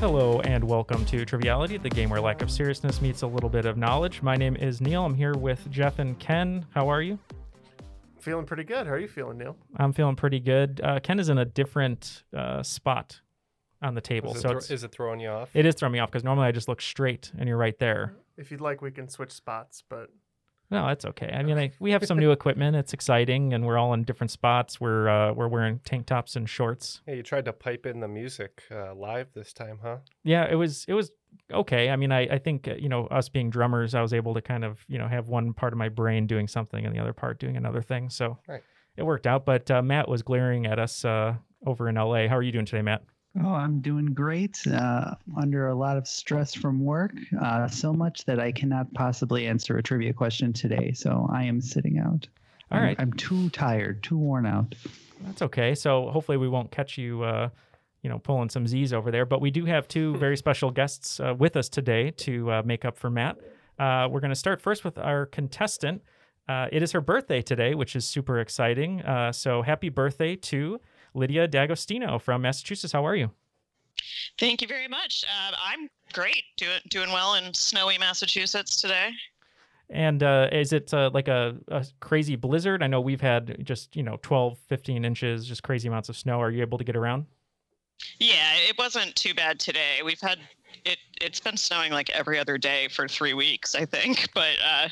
Hello and welcome to Triviality, the game where lack of seriousness meets a little bit of knowledge. My name is Neil. I'm here with Jeff and Ken. How are you? Feeling pretty good. How are you feeling, Neil? I'm feeling pretty good. Uh, Ken is in a different uh, spot on the table, Is it, so thro- it's, is it throwing you off? it is throwing me off because normally I just look straight and you're right there. If you'd like, we can switch spots, but No, that's okay. I mean, I, we have some new equipment. It's exciting, and we're all in different spots. We're uh, we're wearing tank tops and shorts. Hey, you tried to pipe in the music uh, live this time, huh? yeah it was it was okay i mean i i think uh, you know us being drummers i was able to kind of you know have one part of my brain doing something and the other part doing another thing so Right. it worked out but uh, matt was glaring at us uh over in la how are you doing today matt Oh, I'm doing great. Uh, under a lot of stress from work, uh, so much that I cannot possibly answer a trivia question today. So I am sitting out. All I'm- right. I'm too tired, too worn out. that's okay so hopefully we won't catch you uh you know pulling some z's over there but we do have two very special guests uh, with us today to uh, make up for matt uh, we're going to start first with our contestant uh, it is her birthday today which is super exciting uh, so happy birthday to lydia d'agostino from massachusetts how are you Thank you very much. Uh, I'm great, doing doing well in snowy Massachusetts today. And uh, is it uh, like a, a crazy blizzard? I know we've had just, you know, 12, 15 inches, just crazy amounts of snow. Are you able to get around? Yeah, it wasn't too bad today. We've had it. It's been snowing like every other day for three weeks, I think, but uh,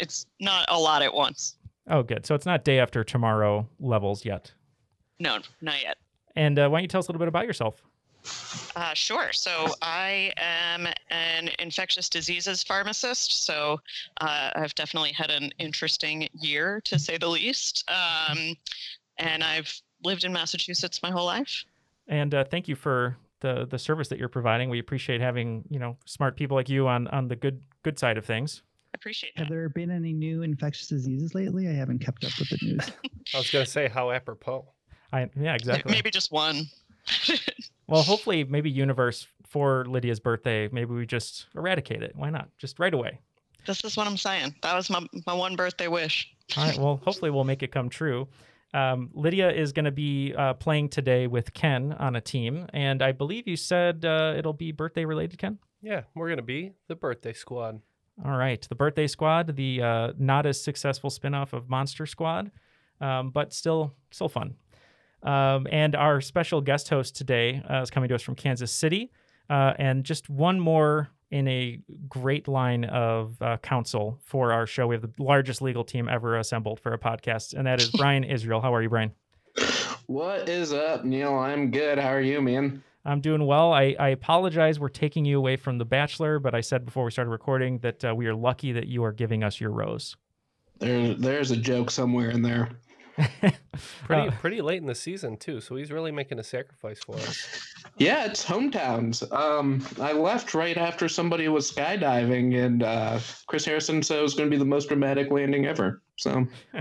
it's not a lot at once. Oh, good. So it's not day after tomorrow levels yet. No, not yet. And uh, why don't you tell us a little bit about yourself? Uh, sure. So I am an infectious diseases pharmacist. So uh, I've definitely had an interesting year, to say the least. Um, and I've lived in Massachusetts my whole life. And uh, thank you for the, the service that you're providing. We appreciate having, you know, smart people like you on, on the good good side of things. Appreciate that. Have there been any new infectious diseases lately? I haven't kept up with the news. I was gonna say how apropos. I, yeah, exactly. Maybe just one. Well, hopefully, maybe universe for Lydia's birthday, maybe we just eradicate it. Why not? Just right away. This is what I'm saying. That was my, my one birthday wish. All right. Well, hopefully we'll make it come true. Um, Lydia is going to be uh, playing today with Ken on a team, and I believe you said uh, it'll be birthday related, Ken. Yeah, we're gonna be the birthday squad. All right, the Birthday Squad, the uh, not as successful spinoff of Monster Squad, um, but still still fun. Um, and our special guest host today uh, is coming to us from Kansas City, uh, and just one more in a great line of uh, counsel for our show. We have the largest legal team ever assembled for a podcast, and that is Brian Israel. How are you, Brian? What is up, Neil? I'm good. How are you, man? I'm doing well. I, I apologize. We're taking you away from The Bachelor, but I said before we started recording that uh, we are lucky that you are giving us your rose. There, there's a joke somewhere in there. Pretty Uh, pretty late in the season too, so he's really making a sacrifice for us. Yeah, it's hometowns. Um, I left right after somebody was skydiving, and uh, Chris Harrison said it was going to be the most dramatic landing ever. So,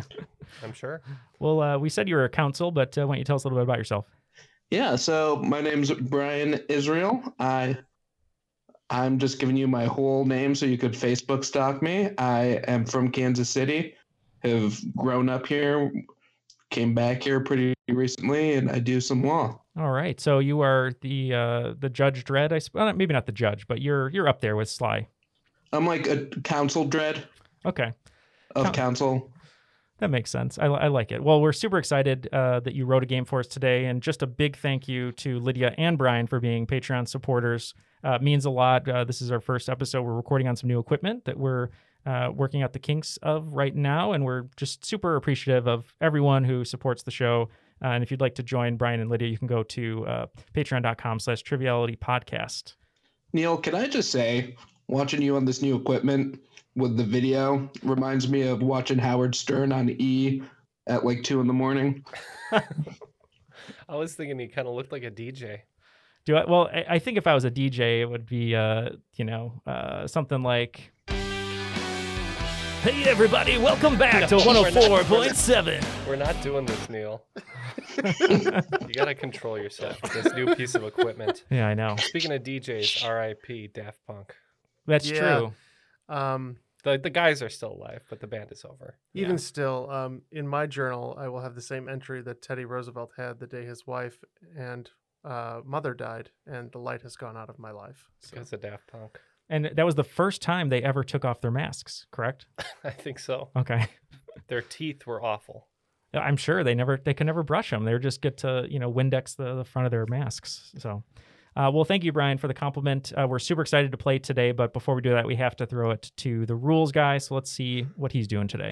I'm sure. well, uh, we said you were a counsel, but uh, why don't you tell us a little bit about yourself? yeah. So my name's Brian Israel. I, I'm just giving you my whole name so you could Facebook stalk me. I am from Kansas City. Have grown up here. came back here pretty recently, and I do some law. All right. So you are the uh, the Judge Dredd, I suppose. Maybe not the judge, but you're you're up there with Sly. I'm like a council dread Okay, of Coun- council. that makes sense. I, li- I like it. Well, we're super excited uh, that you wrote a game for us today, and just a big thank you to Lydia and Brian for being Patreon supporters. Uh, it means a lot. Uh, this is our first episode. We're recording on some new equipment that we're uh, working out the kinks of right now, and we're just super appreciative of everyone who supports the show. Uh, and if you'd like to join Brian and Lydia, you can go to uh, patreon.com slash triviality podcast. Neil, can I just say, watching you on this new equipment with the video reminds me of watching Howard Stern on E at like two in the morning. I was thinking he kind of looked like a DJ. Do I? Well, I, I think if I was a DJ, it would be, uh, you know, uh, something like. Hey everybody, welcome back to No, we're oh not- 104.7. We're not doing this, Neil. you gotta control yourself with this new piece of equipment. Yeah, I know. Speaking of DJs, R.I.P. Daft Punk. That's Yeah. true. Um, The the guys are still alive, but the band is over. even still, um, in my journal, I will have the same entry that Teddy Roosevelt had the day his wife and uh, mother died, and the light has gone out of my life. So Because of Daft Punk. And that was the first time they ever took off their masks, correct? I think so. Okay. Their teeth were awful. I'm sure they never they could never brush them. They just get to you know Windex the, the front of their masks. So, uh, well, thank you, Brian, for the compliment. Uh, we're super excited to play today, but before we do that, we have to throw it to the rules guy. So let's see what he's doing today.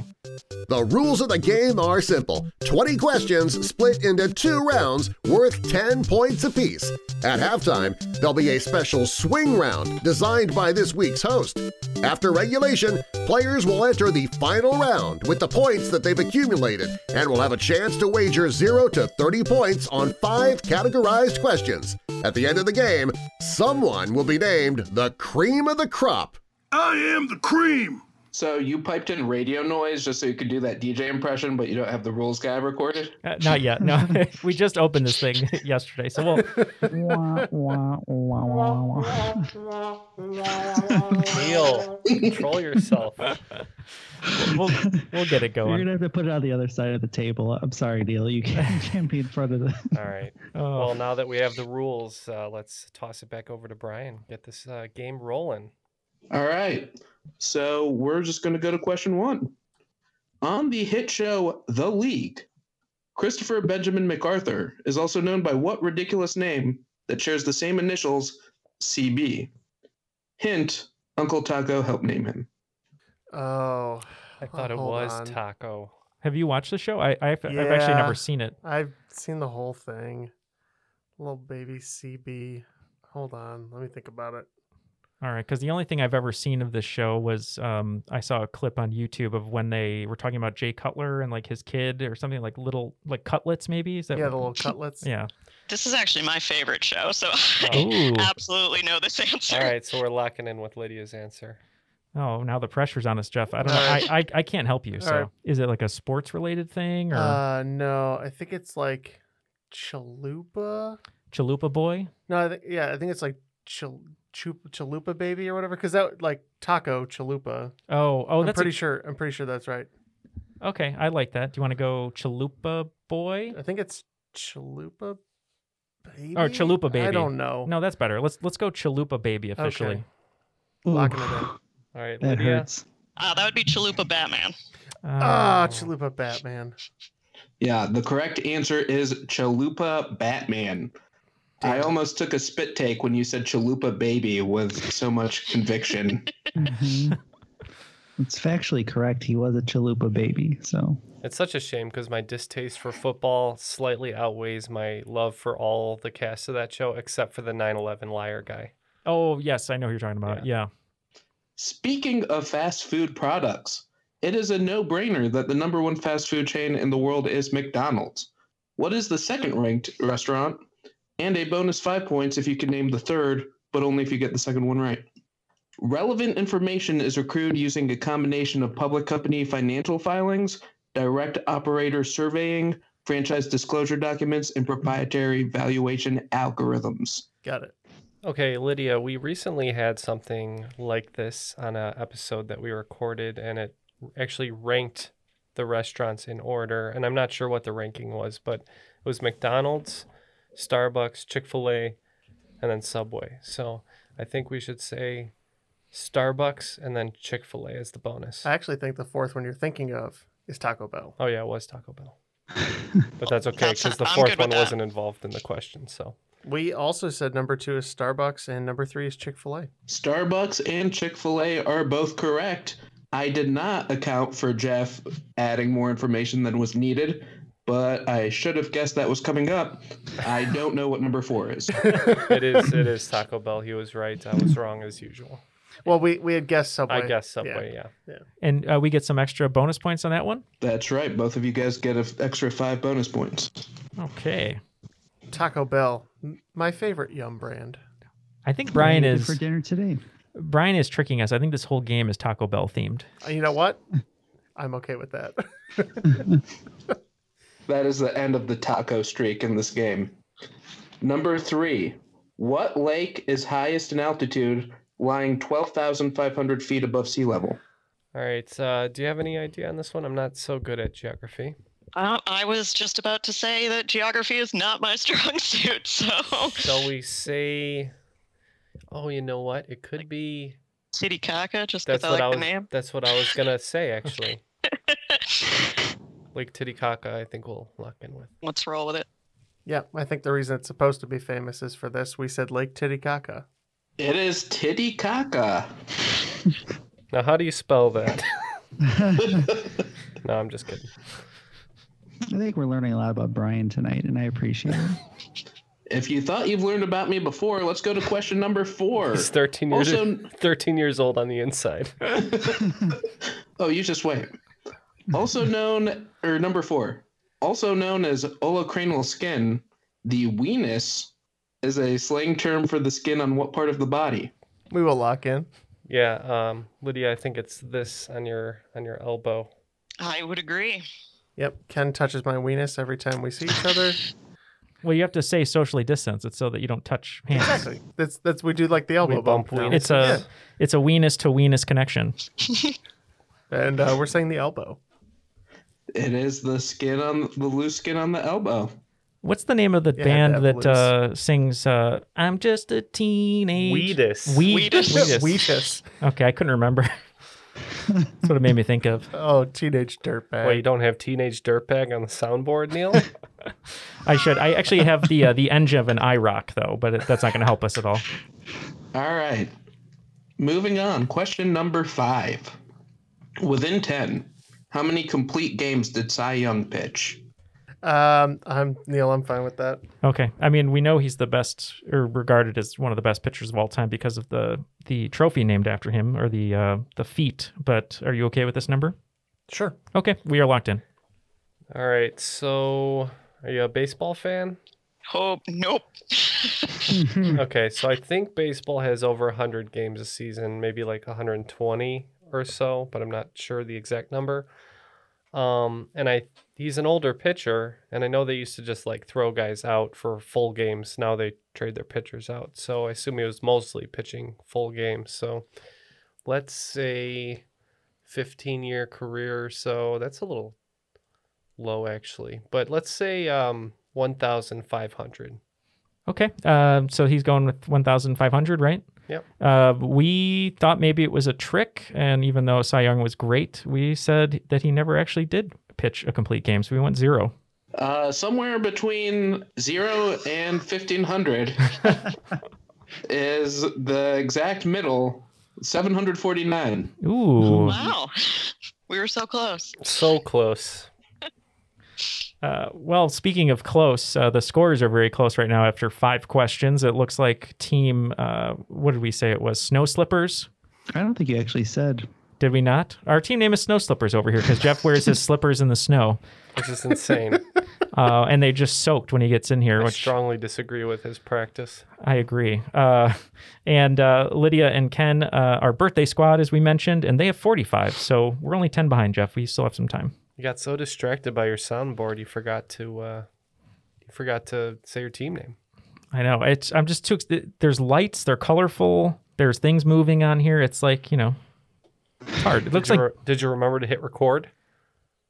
The rules of the game are simple 20 questions split into two rounds worth 10 points apiece. At halftime, there'll be a special swing round designed by this week's host. After regulation, players will enter the final round with the points that they've accumulated and will have a chance to wager 0 to 30 points on five categorized questions. At the end of the game, someone will be named the cream of the crop. I am the cream. So you piped in radio noise just so you could do that DJ impression, but you don't have the rules guy recorded. Uh, not yet. No, we just opened this thing yesterday, so we'll. wah, wah, wah, wah, wah. Neil, control yourself. we'll we'll get it You're going. gonna have to put it on the other side of the table. I'm sorry, Neil. You can't, you can't be in front of the. All right. Oh, Well, now that we have the rules, uh, let's toss it back over to Brian. Get this uh, game rolling. All right. So we're just going to go to question one. On the hit show The League, Christopher Benjamin MacArthur is also known by what ridiculous name that shares the same initials, CB? Hint Uncle Taco helped name him. Oh, I thought it hold was on. Taco. have you watched the show? I I've, I've actually Yeah. never seen it. I've seen the whole thing. Little baby CB. Hold on, let me think about it. All right, because the only thing I've ever seen of this show was um, I saw a clip on YouTube of when they were talking about Jay Cutler and like his kid or something like little like cutlets maybe. Is that Yeah, the little cutlets. yeah? This is actually my favorite show, so I Oh, absolutely know this answer. All right, so we're locking in with Lydia's answer. oh, now the pressure's on us, Jeff. I don't know. All I, I I can't help you. So All right. is it like a sports related thing or Uh, no, I think it's like Chalupa. Chalupa Boy? No, I think yeah, I think it's like Chal- Chu- Chalupa baby or whatever. Because that like taco Chalupa. Oh, oh, I'm that's a- pretty sure. I'm pretty sure that's right. okay. I like that. Do you want to go Chalupa Boy? I think it's Chalupa baby Chalupa I Baby. don't know. No, that's better. Let's let's go Chalupa Baby officially. Okay. Locking it in. All right, that Lydia. hurts. Uh, that would be Chalupa Batman. Ah, Oh. Chalupa Batman. Yeah, the correct answer is Chalupa Batman. I Damn. almost took a spit take when you said Chalupa Baby with so much conviction. Mhm. it's factually correct. He was a Chalupa baby. So It's such a shame because my distaste for football slightly outweighs my love for all the cast of that show, except for the 9 11 liar guy. Oh yes, I know who you're talking about. Yeah. Speaking of fast food products, it is a no brainer that the number one fast food chain in the world is McDonald's. What is the second ranked restaurant? And a bonus five points if you can name the third, but only if you get the second one right. Relevant information is accrued using a combination of public company financial filings, direct operator surveying, franchise disclosure documents, and proprietary valuation algorithms. Got it. Okay, Lydia, we recently had something like this on an episode that we recorded, and it actually ranked the restaurants in order, and I'm not sure what the ranking was, but it was McDonald's, Starbucks, Chick Fil A, and then Subway. So I think we should say Starbucks and then Chick Fil A as the bonus. I actually think the fourth one you're thinking of is Taco Bell. Oh yeah, it was Taco Bell, but that's okay That's- because the I'm fourth good with one that. wasn't involved in the question. So We also said number two is Starbucks and number three is Chick Fil A. Starbucks and Chick fil A are both correct. I did not account for Jeff adding more information than was needed, but I should have guessed that was coming up. I don't know what number four is. it is it is Taco Bell. He was right. I was wrong as usual. Well, we we had guessed Subway. I guess Yeah. Subway. Yeah. And uh, we get some extra bonus points on that one. That's right. Both of you guys get an extra five bonus points. Okay. Taco Bell, m- my favorite yum brand. I think What Brian do you do for is dinner today. Brian is tricking us. I think this whole game is Taco Bell themed. Uh, You know what? I'm okay with that. That is the end of the taco streak in this game. Number three. What lake is highest in altitude, lying 12,500 feet above sea level? All right. Uh, do you have any idea on this one? I'm not so good at geography. Uh, I was just about to say that geography is not my strong suit, so Shall we say? Oh, you know what? It could be. Titicaca, just That's what because I like I was. the name. That's what I was gonna say actually. Lake Titicaca, I think we'll lock in with. Let's roll with it. yeah, I think the reason it's supposed to be famous is for this. We said Lake Titicaca. It is Titicaca. Now, how do you spell that? no, I'm just kidding. I think we're learning a lot about Brian tonight, and I appreciate it. If you thought you've learned about me before, let's go to question number four. He's 13 years Also, 13 years old on the inside. oh, you just wait. Also known, or number four, also known as olocranial skin, the weenus is a slang term for the skin on what part of the body? We will lock in. Yeah, um, Lydia, I think it's this on your on your elbow. I would agree. Yep, Ken touches my weenus every time we see each other. Well, you have to say socially distance. It's so that you don't touch hands. Exactly. That's that's we do like the elbow We bump. bump now. It's a it's a weenus to weenus connection. Yeah, and uh, we're saying the elbow. It is the skin on the loose skin on the elbow. What's the name of the Yeah, band Devil that uh, sings uh, "I'm Just a Teenage"? Weedus. Weed- Weedus. Weedus. Weenus. Okay, I couldn't remember. That's what it made me think of. Oh, teenage dirtbag. Wait, you don't have teenage dirtbag on the soundboard, Neil? I should. I actually have the uh, the engine of an IROC though, but it, that's not going to help us at all. All right. Moving on. Question number five. Within 10, how many complete games did Cy Young pitch? Um, I'm Neil. I'm fine with that. Okay. I mean, we know he's the best, or regarded as one of the best pitchers of all time because of the the trophy named after him, or the uh, the feat. But are you okay with this number? Sure. Okay, we are locked in. All right, so are you a baseball fan? Hope. Nope. Okay, so I think baseball has over 100 games a season, maybe like 120 or so, but I'm not sure the exact number. Um, and I he's an older pitcher, and I know they used to just like throw guys out for full games. Now they trade their pitchers out. So I assume he was mostly pitching full games. So let's say 15 year career or so. That's a little low actually. But let's say um 1500. Okay. Um, so he's going with 1,500, right? Yep. Uh, we thought maybe it was a trick, and even though Cy Young was great, we said that he never actually did pitch a complete game, so we went zero. Uh, somewhere between 0 and 1500 is the exact middle, 749. Ooh. Wow. We were so close. So close. Uh, well, speaking of close, uh, the scores are very close right now. After five questions, it looks like team. Uh, what did we say it was? Snow Slippers. I don't think you actually said. Did we not? Our team name is Snow Slippers over here because Jeff wears his slippers in the snow, This is insane. uh, and they just soaked when he gets in here. I Which strongly disagree with his practice. I agree. Uh, and uh, Lydia and Ken uh, are birthday squad, as we mentioned, and they have 45. So we're only 10 behind, Jeff. We still have some time. You got so distracted by your soundboard, you forgot to uh, you forgot to say your team name. I know. It's I'm just too. ex- There's lights. They're colorful. There's things moving on here. It's like you know, it's hard. It Did looks you like re- did you remember to hit record?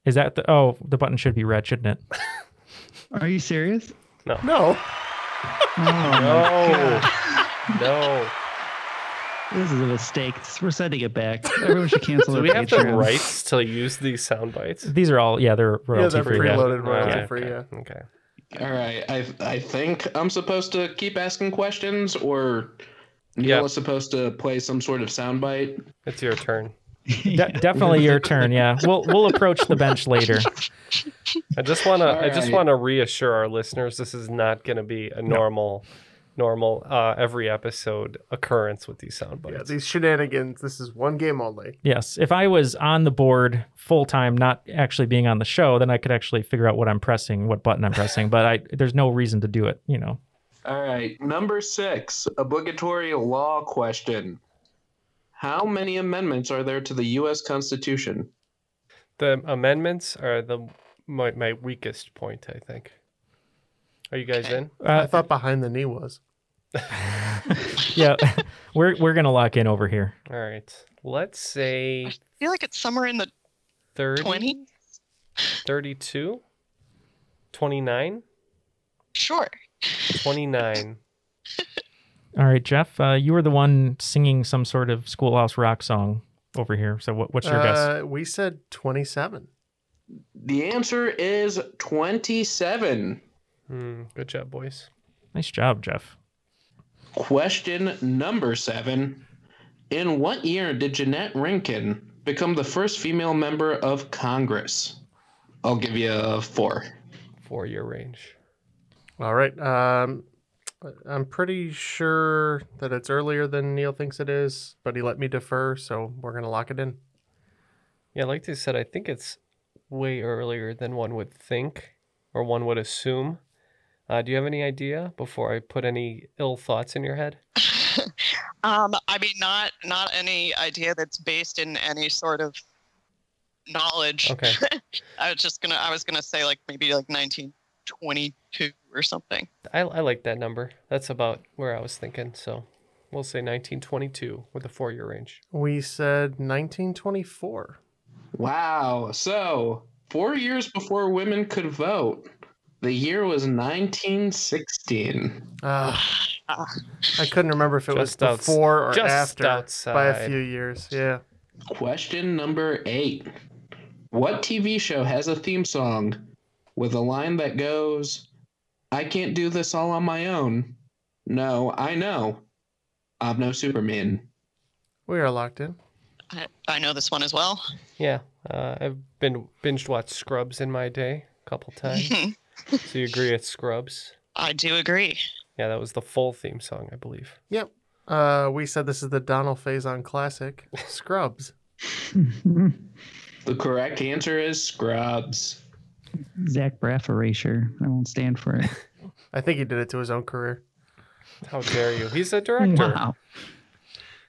Is that the oh the button should be red, shouldn't it? Are you serious? No. No. Oh Oh No. no. This is a mistake. We're sending it back. Everyone should cancel Do their we have the Patreons. rights to use these sound bites? These are all yeah, they're Yeah, royalty they're free. Yeah. preloaded royalty free. okay. Yeah. Okay. All right, I I think I'm supposed to keep asking questions, or Neil Yeah. is supposed to play some sort of soundbite. It's your turn. De- definitely your turn. Yeah, we'll we'll approach the bench later. I just want to. I just Alright. want to reassure our listeners. This is not going to be a normal, normal uh, every episode occurrence with these sound Yeah, bites. these shenanigans. This is one game only. Yes, if I was on the board full time, not actually being on the show, then I could actually figure out what I'm pressing, what button I'm pressing. But I there's no reason to do it. You know, All right, number six, obligatory law question. How many amendments are there to the U.S. Constitution? the amendments are the my, my weakest point. I think. Are you guys Okay. in? Uh, I thought behind the knee was. yeah, we're we're gonna lock in over here. All right. Let's say I feel like it's somewhere in the 30, 20. 32, 29, Sure. 29. All right, Jeff, uh, you were the one singing some sort of schoolhouse rock song over here. So what, what's your guess? Uh, we said twenty-seven. The answer is 27. Hmm, good job, boys. Nice job, Jeff. Question number seven. In what year did Jeanette Rinkin become the first female member of Congress? I'll give you a four. Four year range. All right. Um, I'm pretty sure that it's earlier than Neil thinks it is, but he let me defer, so we're gonna lock it in. Yeah, like they said, I think it's way earlier than one would think or one would assume. Uh, do you have any idea before I put any ill thoughts in your head? Um, I mean, not not any idea that's based in any sort of knowledge. Okay. I was just gonna. I was gonna say like maybe like 1922 or something. I, I like that number. That's about where I was thinking. So we'll say 1922 with a four year range. We said 1924. Wow. So, four years before women could vote, the year was 1916. Uh, I couldn't remember if it was Just outs- before or just after by a outside. few years. Yeah. Question number eight. What TV show has a theme song with a line that goes, I can't do this all on my own? No, I know. I'm no Superman. We are locked in. I, I know this one as well. Yeah. Uh, I've been binged watched Scrubs in my day a couple times. so you agree it's Scrubs? I do agree. Yeah, that was the full theme song, I believe. Yep. Uh, we said this is the Donald Faison classic, Scrubs. The correct answer is Scrubs. Zach Braff erasure. I won't stand for it. I think he did it to his own career. How dare you? He's a director. wow.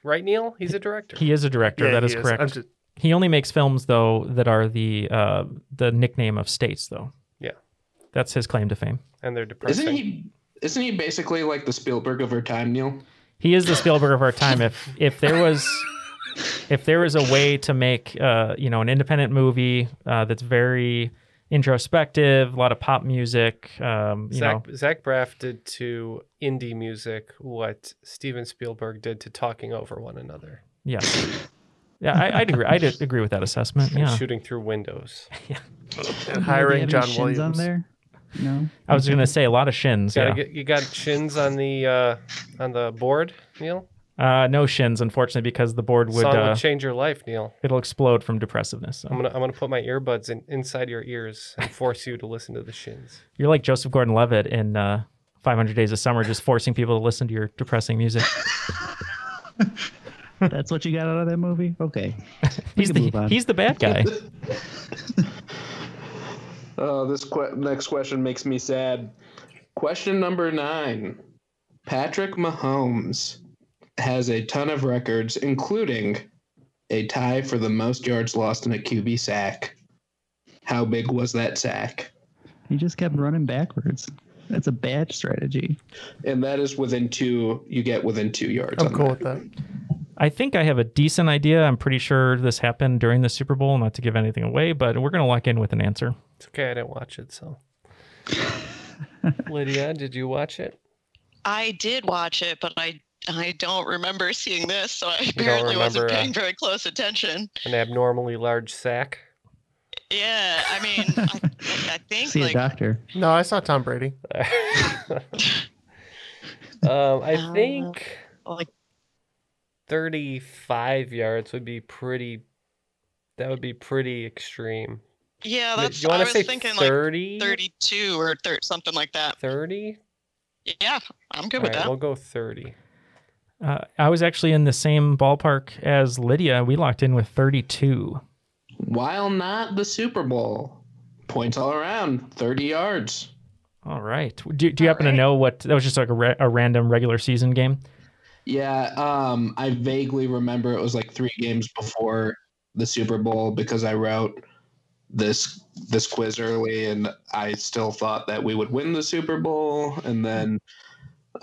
Right, Neil? He's a director. He is a director. that he is, correct. I'm just- He only makes films though that are the uh, the nickname of states though. Yeah. That's his claim to fame. And they're depressing. Isn't he isn't he basically like the Spielberg of her time, Neil? He is the Spielberg of our time. If if there was if there was a way to make uh, you know an independent movie uh, that's very introspective, a lot of pop music, um, you know, Zach, Zach Braff did to indie music what Steven Spielberg did to talking over one another yes. Yeah, I, I'd agree. I'd agree with that assessment. and Yeah, shooting through windows. and Do hiring you have John any shins Williams. on there? No. I was gonna say a lot of shins. Gotta Yeah, get, you got shins on the uh, on the board, Neil. uh, no shins, unfortunately, because the board would Song uh, would change your life, Neil. it'll explode from depressiveness. I'm So. gonna I'm gonna put my earbuds in, inside your ears and force you to listen to the shins. You're like Joseph Gordon-Levitt in uh, 500 Days of Summer, just forcing people to listen to your depressing music. That's what you got out of that movie? Okay. We He's can move the on. he's the bad guy. Oh, this que- next question makes me sad. Question number nine. Patrick Mahomes has a ton of records, including a tie for the most yards lost in a QB sack. How big was that sack? He just kept running backwards. That's a bad strategy. And that is within two. You get within two yards. I'm on cool that. with that. I think I have a decent idea. I'm pretty sure this happened during the Super Bowl, not to give anything away, but we're going to lock in with an answer. It's okay. I didn't watch it, so. Lydia, did you watch it? I did watch it, but I I don't remember seeing this, so I don't apparently wasn't remember, uh, paying very close attention. An abnormally large sack. Yeah, I mean, I, I think See like a doctor. No, I saw Tom Brady. Um, I Uh, think like 35 yards would be pretty. That would be pretty extreme. yeah, Do that's you I want to was say thinking like 30? 32 or thir- something like that. 30? Yeah, I'm good All with right, that. we'll go 30. Uh, I was actually in the same ballpark as Lydia. We locked in with 32. While not the Super Bowl, points all around, 30 yards. All right. Do, do you happen to know what that was just like a, ra- a random regular season game? Yeah, um, I vaguely remember it was like three games before the Super Bowl because I wrote this this quiz early, and I still thought that we would win the Super Bowl, and then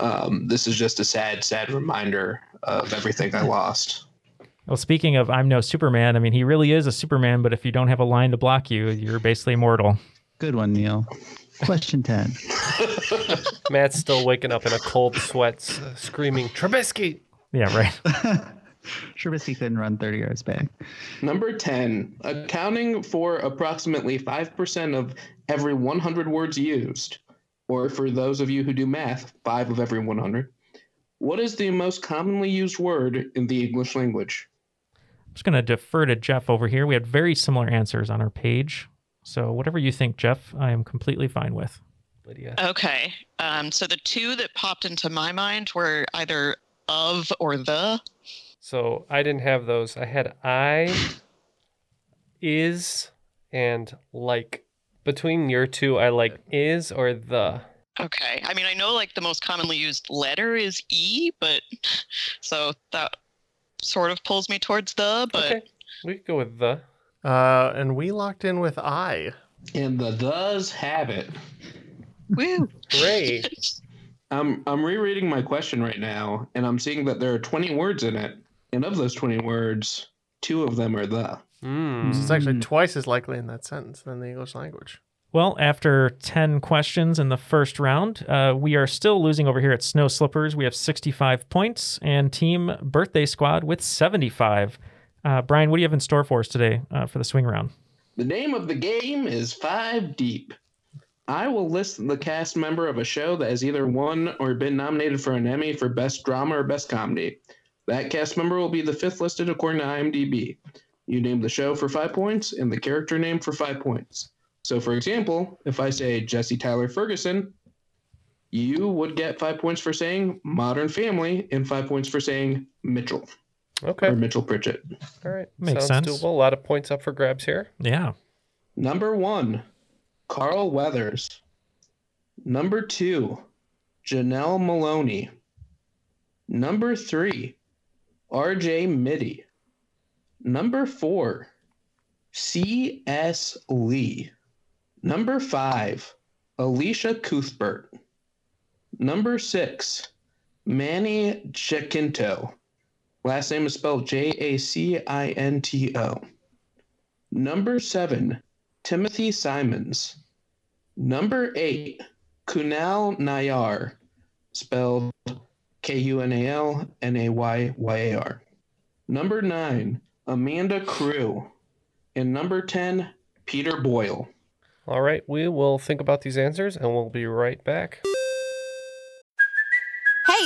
um, this is just a sad, sad reminder of everything I lost. Well, speaking of I'm no Superman, I mean, he really is a Superman, but if you don't have a line to block you, you're basically immortal. Good one, Neil. Question 10. Matt's still waking up in a cold sweat, s- uh, screaming, Trubisky! Yeah, right. Trubisky couldn't run 30 yards back. Number 10, accounting for approximately 5% of every 100 words used, or for those of you who do math, 5 of every 100. What is the most commonly used word in the English language? I'm just going to defer to Jeff over here. We had very similar answers on our page. So, whatever you think, Jeff, I am completely fine with. Lydia. Okay. Um, so the two that popped into my mind were either of or the. So I didn't have those. I had I, is, and like. Between your two, I like is or the. Okay. I mean, I know like the most commonly used letter is E, but so that sort of pulls me towards the, but Okay. We could go with the. Uh, and we locked in with I. And the does have it. woo. Great. I'm, I'm rereading my question right now, and I'm seeing that there are 20 words in it. And of those 20 words, two of them are the. Mm. It's actually twice as likely in that sentence than the English language. Well, after 10 questions in the first round, uh, we are still losing over here at Snow Slippers. We have 65 points and Team Birthday Squad with 75. Uh, Brian, what do you have in store for us today uh, for the swing round? The name of the game is Five Deep. I will list the cast member of a show that has either won or been nominated for an Emmy for Best Drama or Best Comedy. That cast member will be the fifth listed according to IMDb. You name the show for five points and the character name for five points. So, for example, if I say Jesse Tyler Ferguson, you would get five points for saying Modern Family and five points for saying Mitchell or Okay. Mitchell Pritchett. All right. Makes Sounds sense. doable. A lot of points up for grabs here. Yeah. Number one, Carl Weathers. Number two, Janelle Maloney. Number three, RJ Mitty. Number four, C.S. Lee. Number five, Alicia Cuthbert. Number six, Manny Jacinto. Last name is spelled J A C I N T O. Number seven, Timothy Simons. Number eight, Kunal Nayar, spelled K U N A L N A Y Y A R. Number nine, Amanda Crew. And number 10, Peter Boyle. All right. We will think about these answers and we'll be right back. Hey,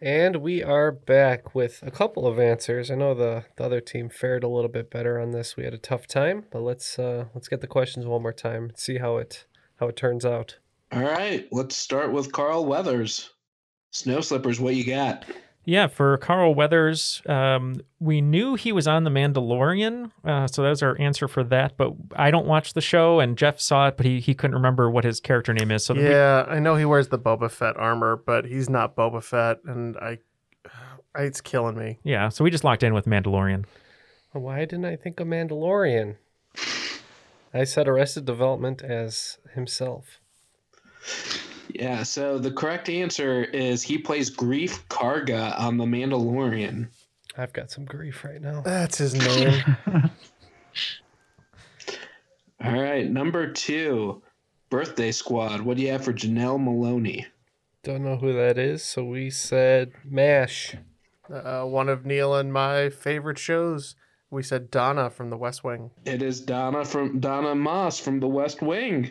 And we are back with a couple of answers. I know the, the other team fared a little bit better on this. We had a tough time, but let's uh, let's get the questions one more time. and See how it how it turns out. All right, let's start with Carl Weathers. Snow slippers, what you got? Yeah, for Carl Weathers, um, we knew he was on The Mandalorian, uh, so that was our answer for that. But I don't watch the show, and Jeff saw it, but he, he couldn't remember what his character name is. So that we- yeah, I know he wears the Boba Fett armor, but he's not Boba Fett, and I, I it's killing me. yeah, so we just locked in with Mandalorian. Why didn't I think of Mandalorian? I said Arrested Development as himself. Yeah, so the correct answer is he plays Grief Karga on The Mandalorian. I've got some grief right now. That's his name. All right, number two, Birthday Squad. What do you have for Janelle Maloney? Don't know who that is, so we said MASH. Uh, one of Neil and my favorite shows. We said Donna from The West Wing. It is Donna from Donna Moss from The West Wing.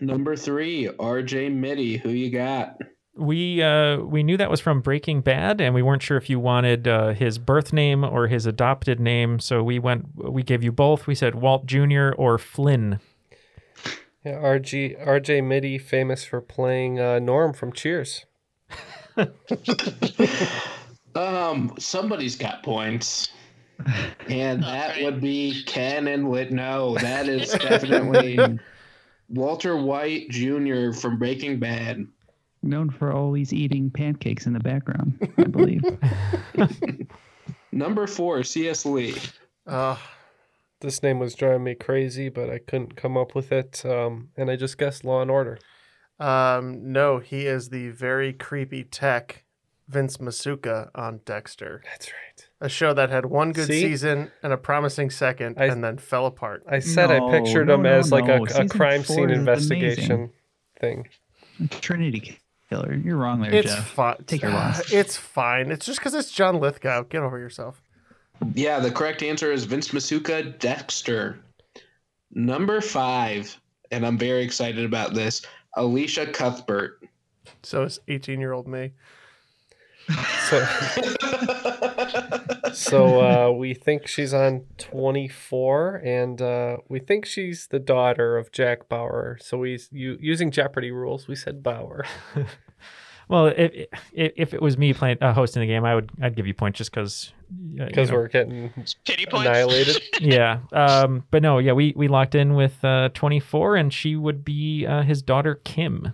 Number three, R.J. Mitty. Who you got? We uh, we knew that was from Breaking Bad, and we weren't sure if you wanted uh, his birth name or his adopted name. So we went we gave you both. We said Walt Junior or Flynn. Yeah, RG, RJ Mitty, famous for playing uh, Norm from Cheers. Um, somebody's got points. And that would be Ken and Lit. No, that is definitely Walter White Jr. from Breaking Bad. Known for always eating pancakes in the background. Number four, C.S. Lee. Uh, this name was driving me crazy, but I couldn't come up with it. Um, and I just guessed Law and Order. Um, no, he is the very creepy tech Vince Masuka on Dexter. That's right. A show that had one good See? season and a promising second and then fell apart. I said I pictured him as like a, a crime four scene is investigation thing. Trinity Killer. You're wrong there, It's Jeff. fine. Take your loss. It's fine. It's just because it's John Lithgow. Get over yourself. Yeah, the correct answer is Vince Masuka Dexter. Number five, and I'm very excited about this, Alicia Cuthbert. So it's 18 year old me. So, so uh, we think she's on 24, and uh, we think she's the daughter of Jack Bauer. So we you, using Jeopardy rules, we said Bauer. Well, if if, if it was me playing uh, hosting the game, I would I'd give you points just uh, because 'Cause we're getting Pity points. annihilated. yeah, um, but no, yeah, we we locked in with uh, 24, and she would be uh, his daughter Kim.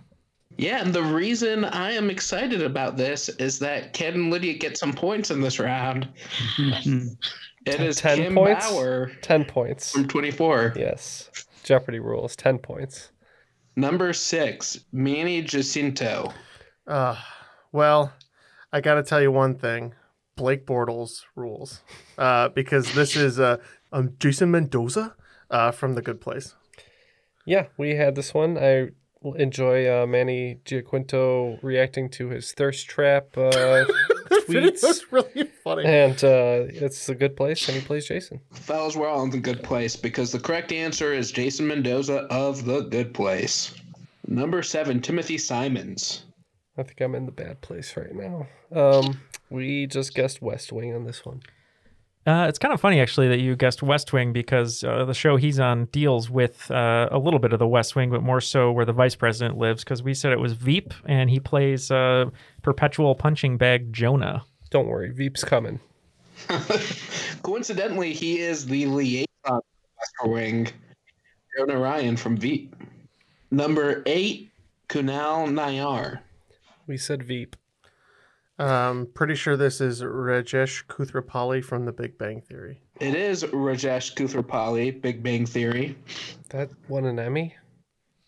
Yeah, and the reason I am excited about this is that Ken and Lydia get some points in this round. It is Kim Bauer 10 points. from 24. Yes. Jeopardy rules 10 points. Number six, Manny Jacinto. Uh, well, I got to tell you one thing Blake Bortles rules. Uh, because this is uh, um, Jason Mendoza uh, from The Good Place. Yeah, we had this one. I l- enjoy uh, Manny Giaquinto reacting to his thirst trap uh, tweets. That's really funny. And uh, it's a good place, and he plays Jason. Fellas, we're all in the good place because the correct answer is Jason Mendoza of the good place. Number seven, Timothy Simons. I think I'm in the bad place right now. Um, we just guessed West Wing on this one. Uh, it's kind of funny actually that you guessed West Wing because uh, the show he's on deals with uh, a little bit of the West Wing, but more so where the vice president lives. Because we said it was Veep, and he plays uh, perpetual punching bag Jonah. Don't worry, Veep's coming. Coincidentally, he is the liaison of the West Wing, Jonah Ryan from Veep. Number eight, Kunal Nayar. We said Veep. Um, pretty sure this is Rajesh Kuthrapali from The Big Bang Theory. It is Rajesh Kuthrapali, Big Bang Theory. That won an Emmy.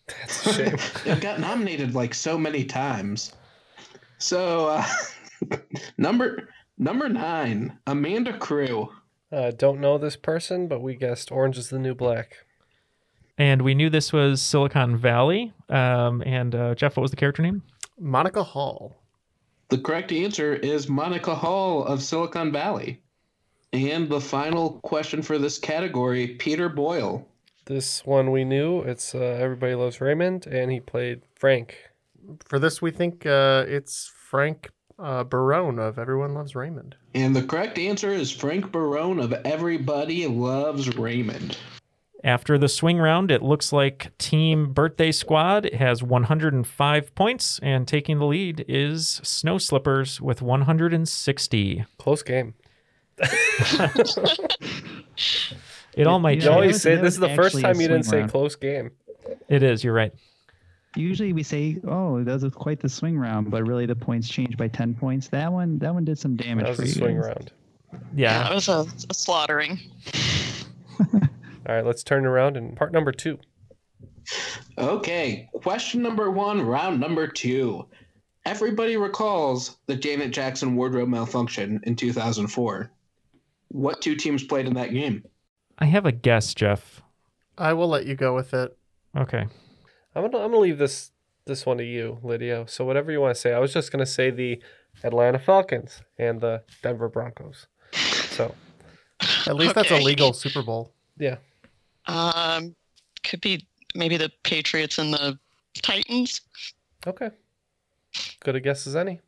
That's a shame. it got nominated like so many times. So uh, number number nine, Amanda Crew. Uh, don't know this person, but we guessed Orange is the New Black. And we knew this was Silicon Valley. Um, and uh, Jeff, what was the character name? Monica Hall. The correct answer is Monica Hall of Silicon Valley. And the final question for this category, Peter Boyle. This one we knew. It's uh, Everybody Loves Raymond, and he played Frank. For this, we think uh, it's Frank uh, Barone of Everyone Loves Raymond. And the correct answer is Frank Barone of Everybody Loves Raymond. After the swing round, it looks like Team Birthday Squad has 105 points, and taking the lead is Snow Slippers with 160. Close game. It all might You always change. say this is the first time you didn't say close game. It is. You're right. Usually we say, "Oh, that was quite the swing round," but really the points changed by ten points. That one, that one did some damage That was for a you. swing guys. round. Yeah. That was a, a slaughtering. All right, let's turn around and part number two. Okay, question number one, round number two. Everybody recalls the Janet Jackson wardrobe malfunction in 2004. What two teams played in that game? I have a guess, Jeff. I will let you go with it. Okay. I'm gonna, I'm gonna leave this this one to you, Lydia. So whatever you want to say. I was just gonna say the Atlanta Falcons and the Denver Broncos. So At least that's Okay. a legal Super Bowl. yeah, Um, could be maybe the Patriots and the Titans. okay, good a guess as any.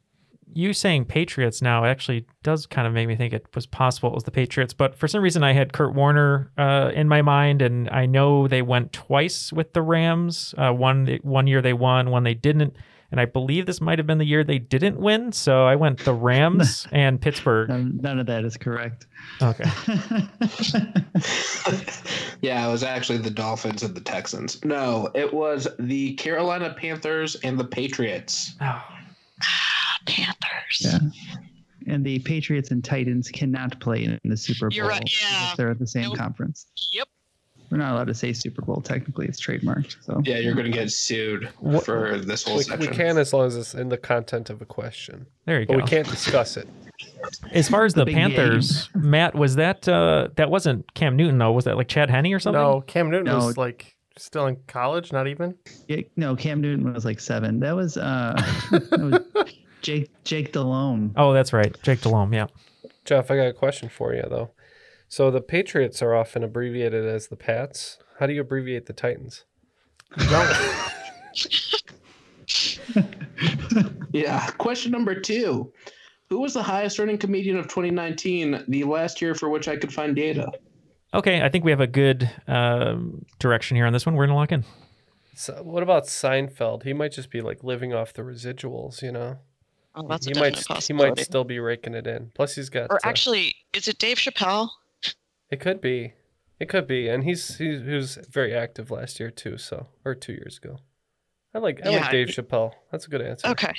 You saying Patriots now actually does kind of make me think it was possible it was the Patriots, but for some reason I had Kurt Warner uh, in my mind, and I know they went twice with the Rams. Uh, one one year they won, one they didn't, and I believe this might have been the year they didn't win. So I went the Rams and Pittsburgh. None, none of that is correct. Okay. Yeah, it was actually the Dolphins and the Texans. No, it was the Carolina Panthers and the Patriots. Oh. Panthers. Yeah. And the Patriots and Titans cannot play in the Super Bowl. You're right, yeah. because They're at the same conference. Yep. We're not allowed to say Super Bowl. Technically, it's trademarked. So Yeah, you're going to get sued What- for this whole we, we section. can as long as it's in the content of a question. There you go. but we can't discuss it. As far as the, The big Panthers, Matt, was that uh, that wasn't Cam Newton though? Was that like Chad Henney or something? No, Cam Newton No. was like still in college, not even. Yeah, no, Cam Newton was like seven. That was uh, that was Jake Jake Delhomme. Oh, that's right, Jake Delhomme. Yeah. Jeff, I got a question for you though. So the Patriots are often abbreviated as the Pats. How do you abbreviate the Titans? Yeah. Question number two Who was the highest earning comedian of 2019, the last year for which I could find data? Okay, I think we have a good um, direction here on this one. We're gonna lock in. So what about Seinfeld? He might just be like living off the residuals, you know. Oh, that's a he might definite st- he might possibility. still be raking it in. Plus he's got Or uh, actually, is it Dave Chappelle? it could be it could be and he's he, he was very active last year too, so or 2 years ago. I like I Yeah. like Dave Chappelle. That's a good answer. Okay.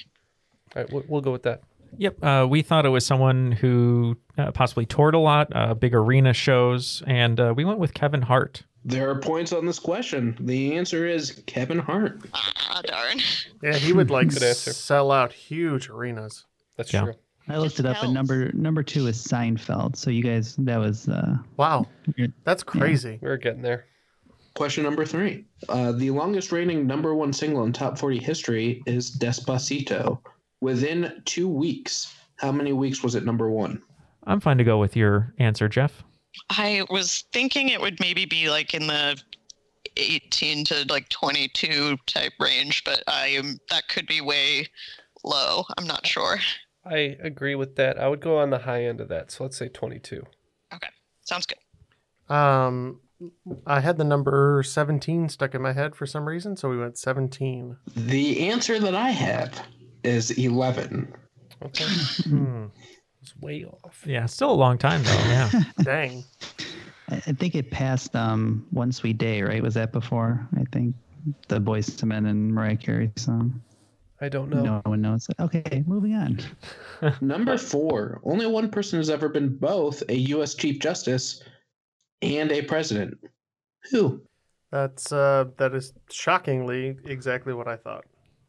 All right, we'll, we'll go with that. Yep. Uh, we thought it was someone who uh, possibly toured a lot, uh, big arena shows, and uh, we went with Kevin Hart. There are points on this question. The answer is Kevin Hart. Ah, darn. Yeah, he would like Good answer. sell out huge arenas. That's Yeah. true. I looked it up, Hells. and number number two is Seinfeld. So you guys, that was uh, Wow, Weird. that's crazy. We're getting there. Question number three. Uh, the longest reigning number one single in top 40 history is Despacito. Within two weeks, how many weeks was it number one? I'm fine to go with your answer, Jeff. I was thinking it would maybe be like in the 18 to like 22 type range, but I am that could be way low. I'm not sure. I agree with that. I would go on the high end of that. So let's say 22. Okay. Sounds good. Um, I had the number 17 stuck in my head for some reason, so we went 17. The answer that I have is 11. Okay. Hmm. It's way off. Yeah, still a long time though. Yeah. Dang. I, I think it passed um, "One Sweet Day," right? Was that before? I think the Boys to Men and Mariah Carey song. I don't know. No one knows. Okay, moving on. Number four. Only one person has ever been both a U.S. Chief Justice and a president. Who? That's uh, that is shockingly exactly what I thought.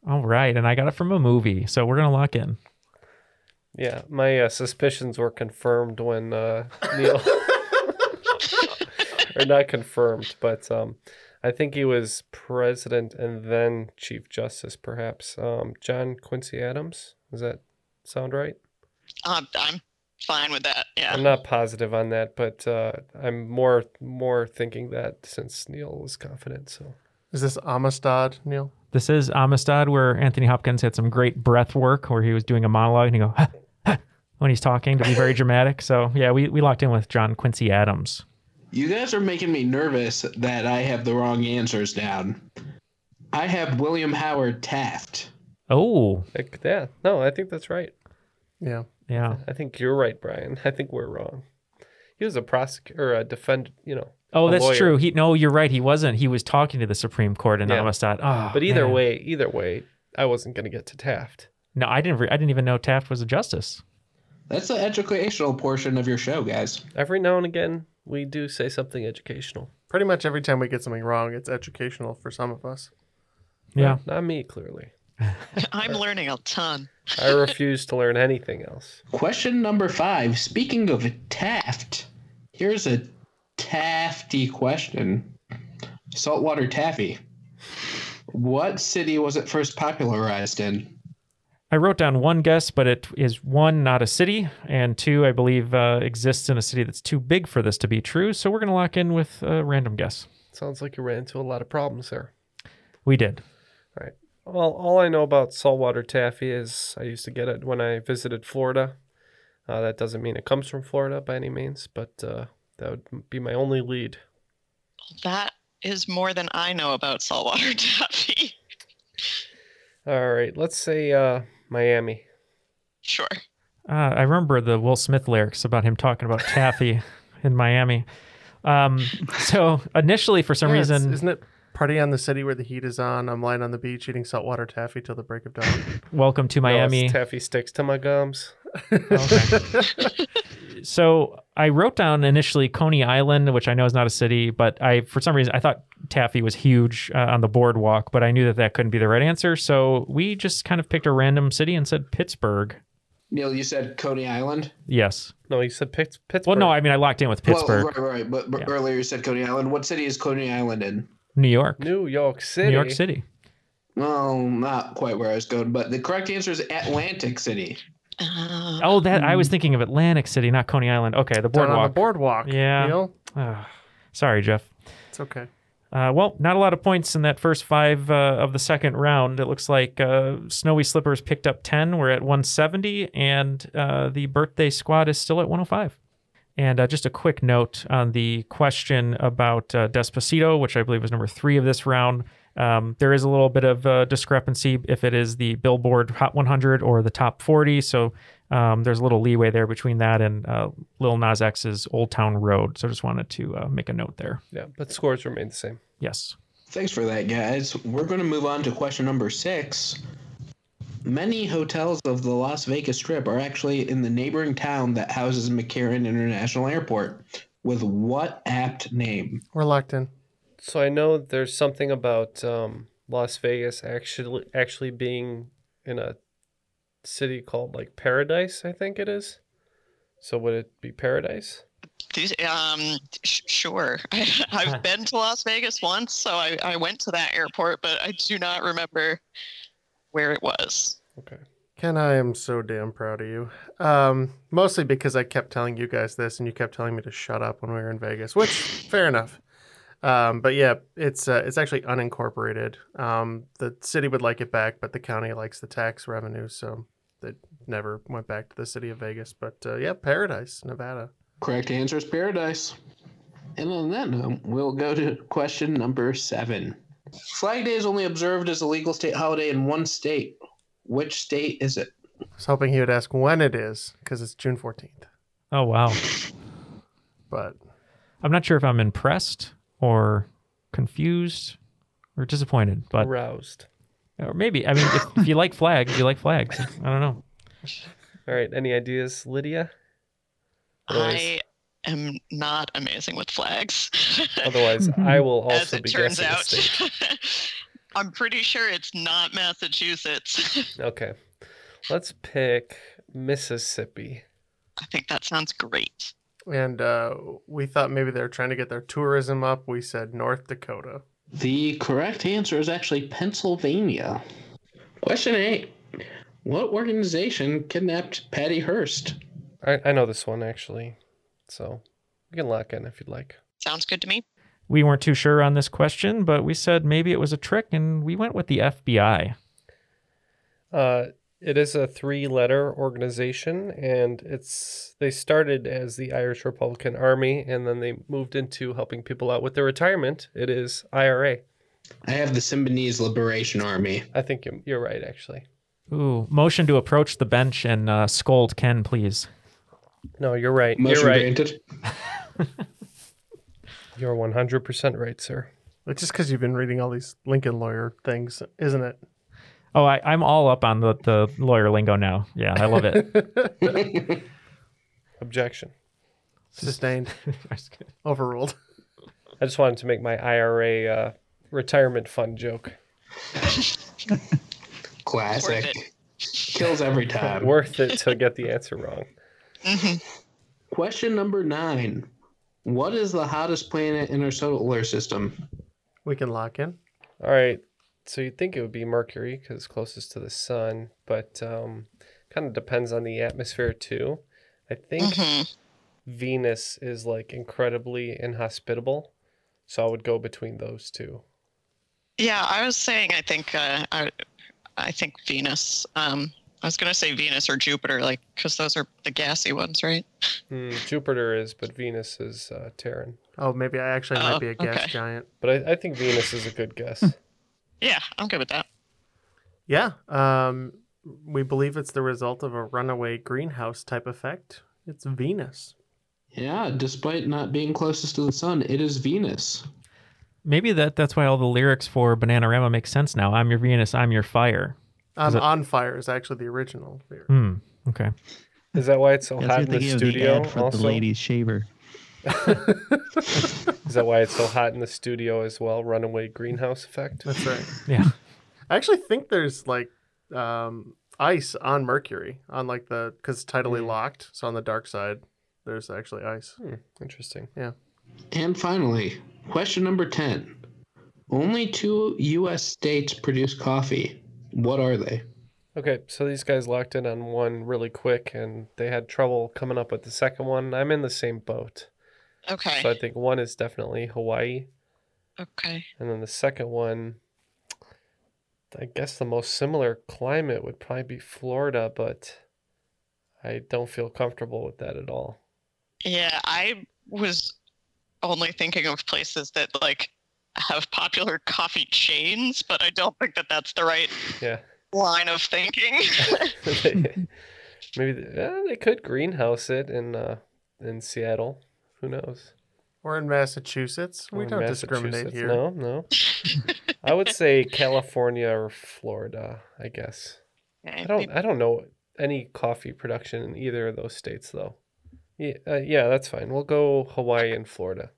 All right, and I got it from a movie, so we're gonna lock in. Yeah, my uh, suspicions were confirmed when uh, Neil, or not confirmed, but um, I think he was president and then chief justice, perhaps. Um, John Quincy Adams. Does that sound right? Um, I'm fine with that. Yeah. I'm not positive on that, but uh, I'm more more thinking that since Neil was confident. So Is this Amistad, Neil? This is Amistad, where Anthony Hopkins had some great breath work where he was doing a monologue and he go "Huh, huh," when he's talking to be very dramatic. So yeah, we, we locked in with John Quincy Adams. You guys are making me nervous that I have the wrong answers down. I have William Howard Taft. Oh, like, yeah, no, I think that's right. Yeah. Yeah. I think you're right, Brian. I think we're wrong. He was a prosecutor, a defend, you know. Oh, a that's lawyer. true. He no, you're right. He wasn't. He was talking to the Supreme Court in Yeah. Amistad. Oh, but either man. way, either way, I wasn't going to get to Taft. no, I didn't. Re- I didn't even know Taft was a justice. That's the educational portion of your show, guys. Every now and again, we do say something educational. Pretty much every time we get something wrong, it's educational for some of us. Yeah. Not me, clearly. I'm learning a ton. I refuse to learn anything else. Question number five. Speaking of Taft, here's a Tafty question Saltwater Taffy. What city was it first popularized in? I wrote down one guess, but it is one, not a city, and two, I believe uh, exists in a city that's too big for this to be true. So we're going to lock in with a random guess. Sounds like you ran into a lot of problems there. We did. All right. Well, all I know about saltwater taffy is I used to get it when I visited Florida. Uh, that doesn't mean it comes from Florida by any means, but uh, that would be my only lead. That is more than I know about saltwater taffy. All right. Let's say uh, Miami. Sure. Uh, I remember the Will Smith lyrics about him talking about taffy in Miami. Um, so initially, for some Yeah, it's- reason, isn't it party on the city where the heat is on? I'm lying on the beach eating saltwater taffy till the break of dawn. welcome to Miami. No, it's taffy sticks to my gums. so I wrote down initially Coney Island, which I know is not a city, but I for some reason I thought Taffy was huge uh, on the boardwalk, but I knew that that couldn't be the right answer. So we just kind of picked a random city and said Pittsburgh. Neil, you said Coney Island? Yes. No, you said Pitts- Pittsburgh. Well, no, I mean I locked in with Pittsburgh, Well, right, right. But, but earlier you said Coney Island. What city is Coney Island in? New York, New York City. New York City. Well, not quite where I was going, but the correct answer is Atlantic City. Oh, that I was thinking of Atlantic City, not Coney Island. Okay, the Mm. Down boardwalk. on the boardwalk. Yeah. Neil? Ah, sorry, Jeff. It's okay. Uh, well, not a lot of points in that first five uh, of the second round. It looks like uh, Snowy Slippers picked up 10. We're at 170, and uh, the birthday squad is still at 105. And uh, just a quick note on the question about uh, Despacito, which I believe was number three of this round. Um, there is a little bit of uh, discrepancy if it is the Billboard Hot 100 or the Top 40. So um, there's a little leeway there between that and uh, Lil Nas X's Old Town Road. So just wanted to uh, make a note there. Yeah, but scores remain the same. Yes. Thanks for that, guys. We're going to move on to question number six. Many hotels of the Las Vegas Strip are actually in the neighboring town that houses McCarran International Airport. With what apt name? We're locked in. So I know there's something about um, Las Vegas actually actually being in a city called like Paradise, I think it is. So would it be Paradise? These- Um, sh- sure. I, I've been to Las Vegas once, so I, I went to that airport, but I do not remember where it was. Okay. Ken, I am so damn proud of you. Um, mostly because I kept telling you guys this, and you kept telling me to shut up when we were in Vegas, which fair enough. Um, but yeah, it's uh, it's actually unincorporated. Um, the city would like it back, but the county likes the tax revenue, so it never went back to the city of Vegas. But uh, yeah, Paradise, Nevada. Correct answer is Paradise. And on that note, we'll go to question number seven. Flag Day is only observed as a legal state holiday in one state. Which state is it? I was hoping he would ask when it is, because it's June fourteenth. Oh wow. But I'm not sure if I'm impressed or confused or disappointed, but Aroused. Or maybe I mean, if, if you like flags, you like flags. I don't know. All right. Any ideas, Lydia? I am not amazing with flags. Otherwise, I will also As it be turns guessing the out. state. I'm pretty sure it's not Massachusetts. Okay. Let's pick Mississippi. I think that sounds great. And uh, we thought maybe they were trying to get their tourism up. We said North Dakota. The correct answer is actually Pennsylvania. Question eight What organization kidnapped Patty Hearst? I, I know this one actually. So you can lock in if you'd like. Sounds good to me. We weren't too sure on this question, but we said maybe it was a trick, and we went with the FBI. Uh, it is a three-letter organization, and it's they started as the Irish Republican Army, and then they moved into helping people out with their retirement. It is IRA. I have the Symbionese Liberation Army. I think you're, you're right, actually. Ooh, motion to approach the bench and uh, scold Ken, please. No, you're right. Motion you're right. granted. You're 100% right, sir. It's just because you've been reading all these Lincoln lawyer things, isn't it? Oh, I, I'm all up on the, the lawyer lingo now. Yeah, I love it. Objection. Sustained. Overruled. I just wanted to make my IRA uh, retirement fund joke. Classic. Kills every time. Worth it to get the answer wrong. Question number nine What is the hottest planet in our solar system? We can lock in. All right. So you'd think it would be Mercury because it's closest to the sun, but um, kind of depends on the atmosphere too. I think Venus is like incredibly inhospitable. So I would go between those two. Yeah, I was saying I think uh, I, I think Venus. Um, I was gonna say Venus or Jupiter, like because those are the gassy ones, right? Hmm, Jupiter is, but Venus is uh, Terran. Oh, maybe I actually might Oh, be a gas okay. giant. But I, I think Venus is a good Hmm. guess. Yeah, I'm good with that. Yeah. Um, we believe it's the result of a runaway greenhouse type effect. It's Venus. Yeah, despite not being closest to the sun, it is Venus. Maybe that that's why all the lyrics for Bananarama make sense now. I'm your Venus, I'm your fire. Um, Is it- on fire is actually the original. lyric. Hmm. Okay. Is that why it's so That's hot what in they the gave studio? ad for also, the ladies shaver. is that why it's so hot in the studio as well? Runaway greenhouse effect. That's right. Yeah. I actually think there's like um, ice on Mercury on like the because tidally Hmm. locked, so on the dark side there's actually ice. Interesting. Yeah. And finally, question number 10. Only two U.S. states produce coffee. What are they? Okay, so these guys locked in on one really quick, and they had trouble coming up with the second one. I'm in the same boat, Okay. so I think one is definitely Hawaii, Okay. and then the second one, I guess the most similar climate would probably be Florida, but I don't feel comfortable with that at all. Yeah, I was only thinking of places that like have popular coffee chains, but I don't think that that's the right Yeah. line of thinking. Maybe th- eh, they could greenhouse it in uh, in Seattle. Who knows? Or in Massachusetts, we Or don't discriminate Massachusetts. here. No, no. I would say California or Florida. I guess. Okay, I don't. maybe- I don't know any coffee production in either of those states, though. Yeah, uh, yeah, that's fine. We'll go Hawaii and Florida.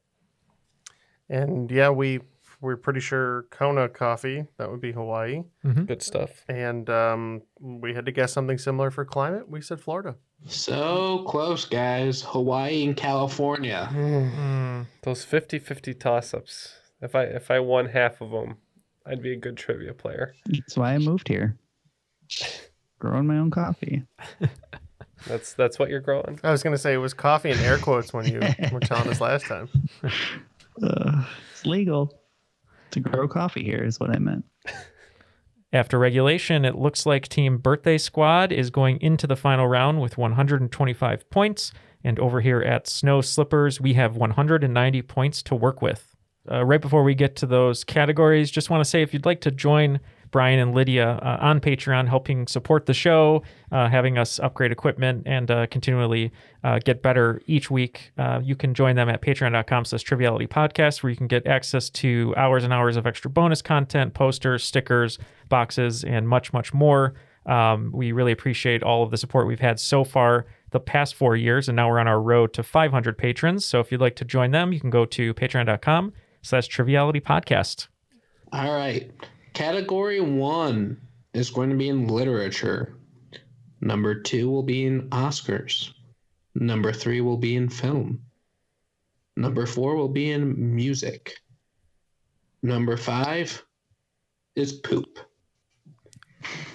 And yeah, we we're pretty sure Kona coffee that would be Hawaii, Good stuff. and um, we had to guess something similar for climate. We said Florida. So close, guys. Hawaii and California. Hmm. Those 50-50 toss-ups. If I if I won half of them, I'd be a good trivia player. That's why I moved here. Growing my own coffee. That's that's what you're growing. I was gonna say it was coffee in air quotes when you were telling us last time. Ugh, it's legal to grow coffee here, is what I meant. After regulation, it looks like Team Birthday Squad is going into the final round with 125 points. And over here at Snow Slippers, we have 190 points to work with. Uh, right before we get to those categories, just want to say if you'd like to join Brian and Lydia uh, on Patreon, helping support the show, uh, having us upgrade equipment, and uh, continually uh, get better each week. Uh, you can join them at patreon.com slash triviality podcast, where you can get access to hours and hours of extra bonus content, posters, stickers, boxes, and much, much more. Um, we really appreciate all of the support we've had so far the past four years, and now we're on our road to 500 patrons. So if you'd like to join them, you can go to patreon.com slash triviality podcast. All right. Category one is going to be in literature. Number two will be in Oscars. Number three will be in film. Number four will be in music. Number five is poop.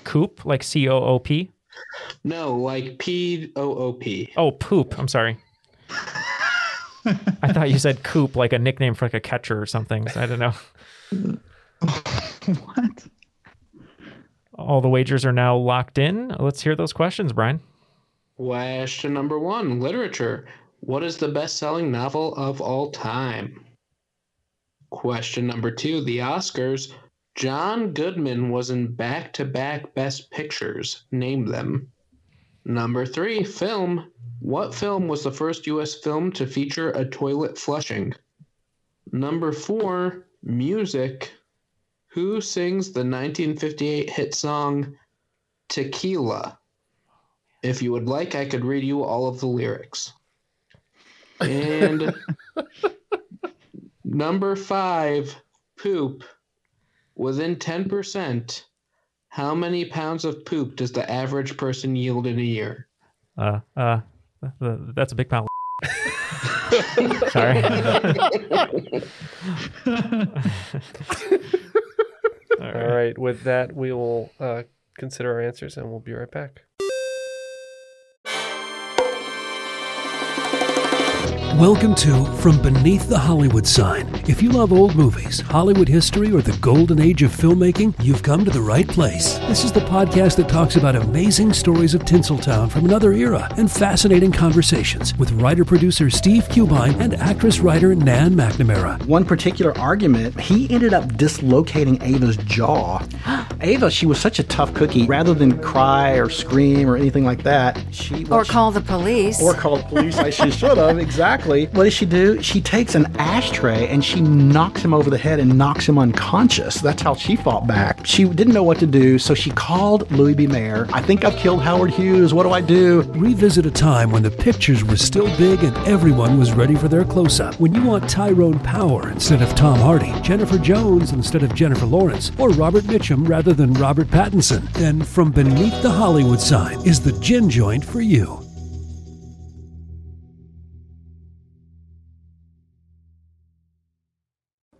Coop, like C O O P. No, like P O O P. Oh, poop. I'm sorry. I thought you said coop, like a nickname for like a catcher or something. I don't know. what? All the wagers are now locked in. Let's hear those questions, Brian. Question number one literature. What is the best selling novel of all time? Question number two The Oscars. John Goodman was in back to back best pictures. Name them. Number three Film. What film was the first U.S. film to feature a toilet flushing? Number four Music. Who sings the 1958 hit song Tequila? If you would like, I could read you all of the lyrics. And number five, poop. Within 10%, how many pounds of poop does the average person yield in a year? Uh, uh, th- th- that's a big pile. of Sorry. All right. With that, we will uh, consider our answers and we'll be right back. Welcome to From Beneath the Hollywood Sign. If you love old movies, Hollywood history, or the golden age of filmmaking, you've come to the right place. This is the podcast that talks about amazing stories of Tinseltown from another era and fascinating conversations with writer producer Steve Cubine and actress writer Nan McNamara. One particular argument, he ended up dislocating Ava's jaw. Ava, she was such a tough cookie. Rather than cry or scream or anything like that, she Or call the police. or call the police like she should have. Exactly. What does she do? She takes an ashtray and she knocks him over the head and knocks him unconscious. That's how she fought back. She didn't know what to do, so she called Louis B. Mayer. I think I've killed Howard Hughes. What do I do? Revisit a time when the pictures were still big and everyone was ready for their close up. When you want Tyrone Power instead of Tom Hardy, Jennifer Jones instead of Jennifer Lawrence, or Robert Mitchum rather than Robert Pattinson, then From Beneath the Hollywood Sign is the gin joint for you.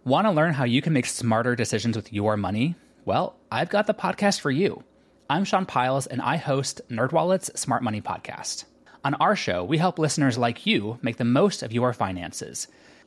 Want to learn how you can make smarter decisions with your money? Well, I've got the podcast for you. I'm Sean Piles and I host NerdWallet's Smart Money Podcast. On our show, we help listeners like you make the most of your finances.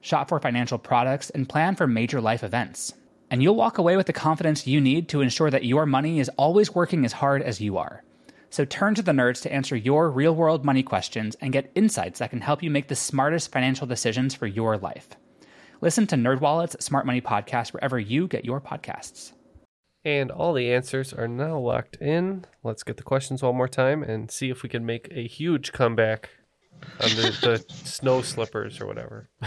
shop for financial products, and plan for major life events. And you'll walk away with the confidence you need to ensure that your money is always working as hard as you are. So turn to the nerds to answer your real world money questions and get insights that can help you make the smartest financial decisions for your life. Listen to NerdWallet's Smart Money Podcast wherever you get your podcasts. And all the answers are now locked in. Let's get the questions one more time and see if we can make a huge comeback on the, the snow slippers or whatever.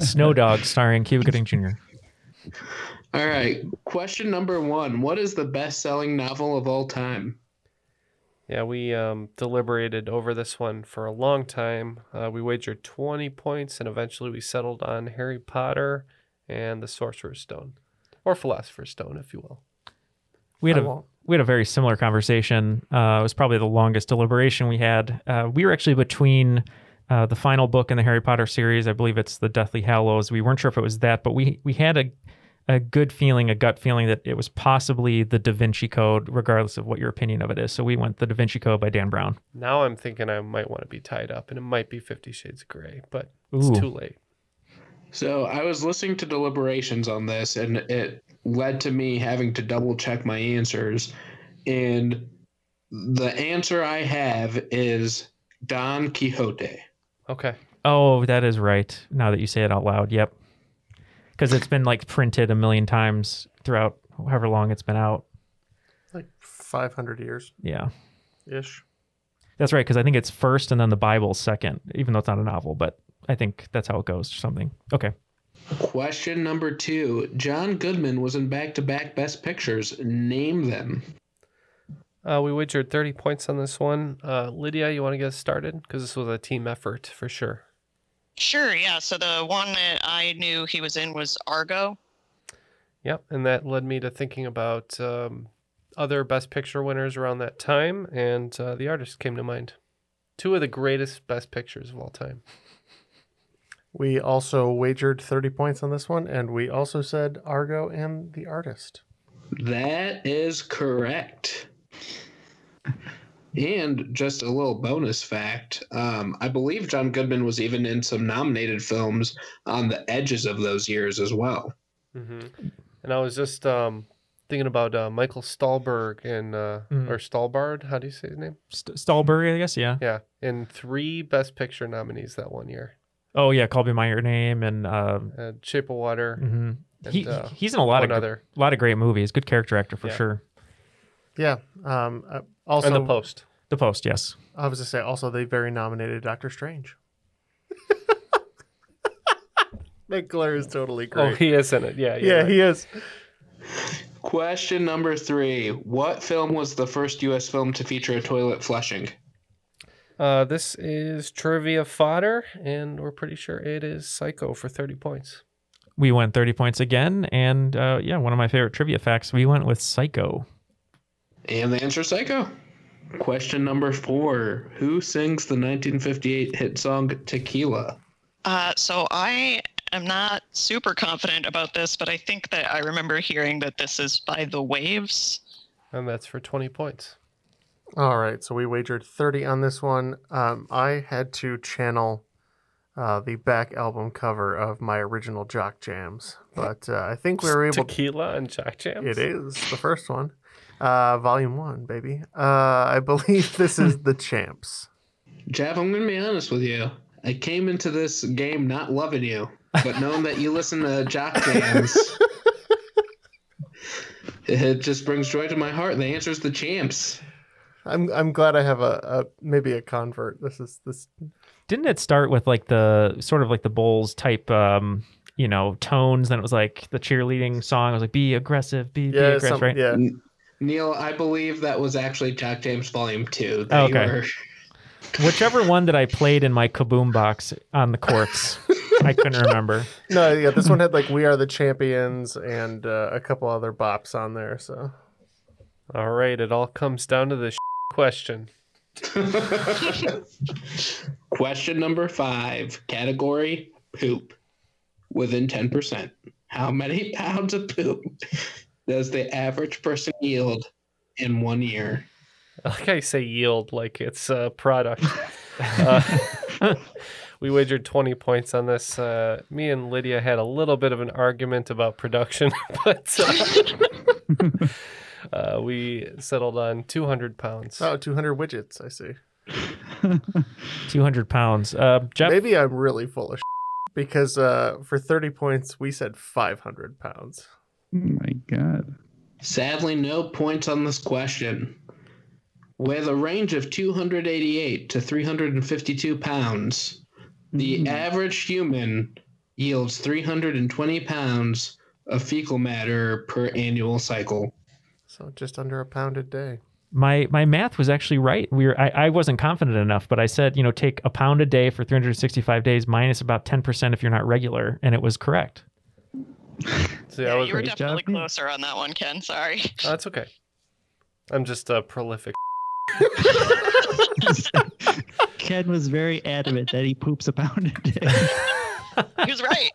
Snow Dog starring Cuba Gooding Jr. All right. Question number one What is the best selling novel of all time? Yeah, we um, deliberated over this one for a long time. Uh, we wagered 20 points and eventually we settled on Harry Potter and the Sorcerer's Stone, or Philosopher's Stone, if you will. We had I a won't. we had a very similar conversation. Uh, it was probably the longest deliberation we had. Uh, we were actually between uh, the final book in the Harry Potter series. I believe it's the Deathly Hallows. We weren't sure if it was that, but we we had a a good feeling, a gut feeling that it was possibly the Da Vinci Code, regardless of what your opinion of it is. So we went the Da Vinci Code by Dan Brown. Now I'm thinking I might want to be tied up, and it might be Fifty Shades of Grey, but it's Ooh. too late. So I was listening to deliberations on this, and it led to me having to double check my answers. And the answer I have is Don Quixote. Okay. Oh, that is right. Now that you say it out loud, yep. Because it's been like printed a million times throughout however long it's been out. Like 500 years Yeah. ish. That's right, because I think it's first and then the Bible's second, even though it's not a novel, but I think that's how it goes or something. Okay. Question number two John Goodman was in back to back Best Pictures. Name them. Uh, we wagered 30 points on this one. Uh, Lydia, you want to get us started? Because this was a team effort for sure. Sure, yeah. So the one that I knew he was in was Argo. Yep. And that led me to thinking about um, other Best Picture winners around that time, and uh, the artist came to mind. Two of the greatest Best Pictures of all time. We also wagered 30 points on this one, and we also said Argo and the artist. That is correct. And just a little bonus fact um, I believe John Goodman was even in some nominated films on the edges of those years as well. hmm And I was just um, thinking about uh, Michael Stahlberg and uh, Mhm. or Stahlbard. How do you say his name? St- Stallbury, I guess, yeah. Yeah, and three Best Picture nominees that one year. Oh, yeah, Call Me By Your Name and. um Uh, Shape of Water. mhm. Mm-hmm. and, he, uh, he's in a lot of one gr- other. lot of great movies. Good character actor for Yeah. sure. Yeah. Um, uh, also, and the Post. The Post, yes. I was to say, also, they very nominated Doctor Strange. Nick Glare is totally Oh, great. he is in it. Yeah, you're yeah, right. he is. Question number three What film was the first U.S. film to feature a toilet flushing? Uh, this is trivia fodder, and we're pretty sure it is Psycho for thirty points. We went 30 points again. And uh, yeah, one of my favorite trivia facts we went with Psycho. And the answer is Psycho. Question number four Who sings the 1958 hit song Tequila? Uh, so I am not super confident about this, but I think that I remember hearing that this is by the Waves. And that's for twenty points. All right, so we wagered 30 on this one. Um, I had to channel uh, the back album cover of my original Jock Jams, but uh, I think we were able Tequila and Jack Jams. It is the first one. Uh, volume one, baby. Uh, I believe this is the champs. Jeff, I'm going to be honest with you. I came into this game not loving you, but knowing that you listen to Jock Jams, it just brings joy to my heart. The answer is the champs. I'm I'm glad I have a, a maybe a convert. This is this. Didn't it start with like the sort of like the Bulls type, um, you know, tones? Then it was like the cheerleading song. It was like, be aggressive, be, be aggressive, right? N- Neil, I believe that was actually Jock Jams Volume 2. Oh, That you okay. were- Whichever one that I played in my kaboom box on the courts, I couldn't remember. No, yeah, this one had like "We Are the Champions" and uh, a couple other bops on there. So All right, it all comes down to this question. Question number five, category poop within 10%. How many pounds of poop does the average person yield in one year? I like how you say yield like it's a product. Uh, we wagered 20 points on this. Uh, me and Lydia had a little bit of an argument about production, but uh, uh, we settled on 200 pounds. oh, 200 widgets. I see. 200 pounds. Uh, Um, Jeff, Maybe I'm really full of shit because uh, for 30 points we said 500 pounds. Oh my God. Sadly, no points on this question. With a range of 288 to 352 pounds, Mm-hmm. the average human yields 320 pounds of fecal matter per annual cycle. So just under a pound a day. my my math was actually right. We were I, I wasn't confident enough, but I said, you know, take a pound a day for 365 days minus about 10% if you're not regular, and it was correct. So yeah, I was You were definitely closer on that one, Ken. Sorry. Oh, that's okay. I'm just a prolific. Ken was very adamant that he poops a pound a day. He was right.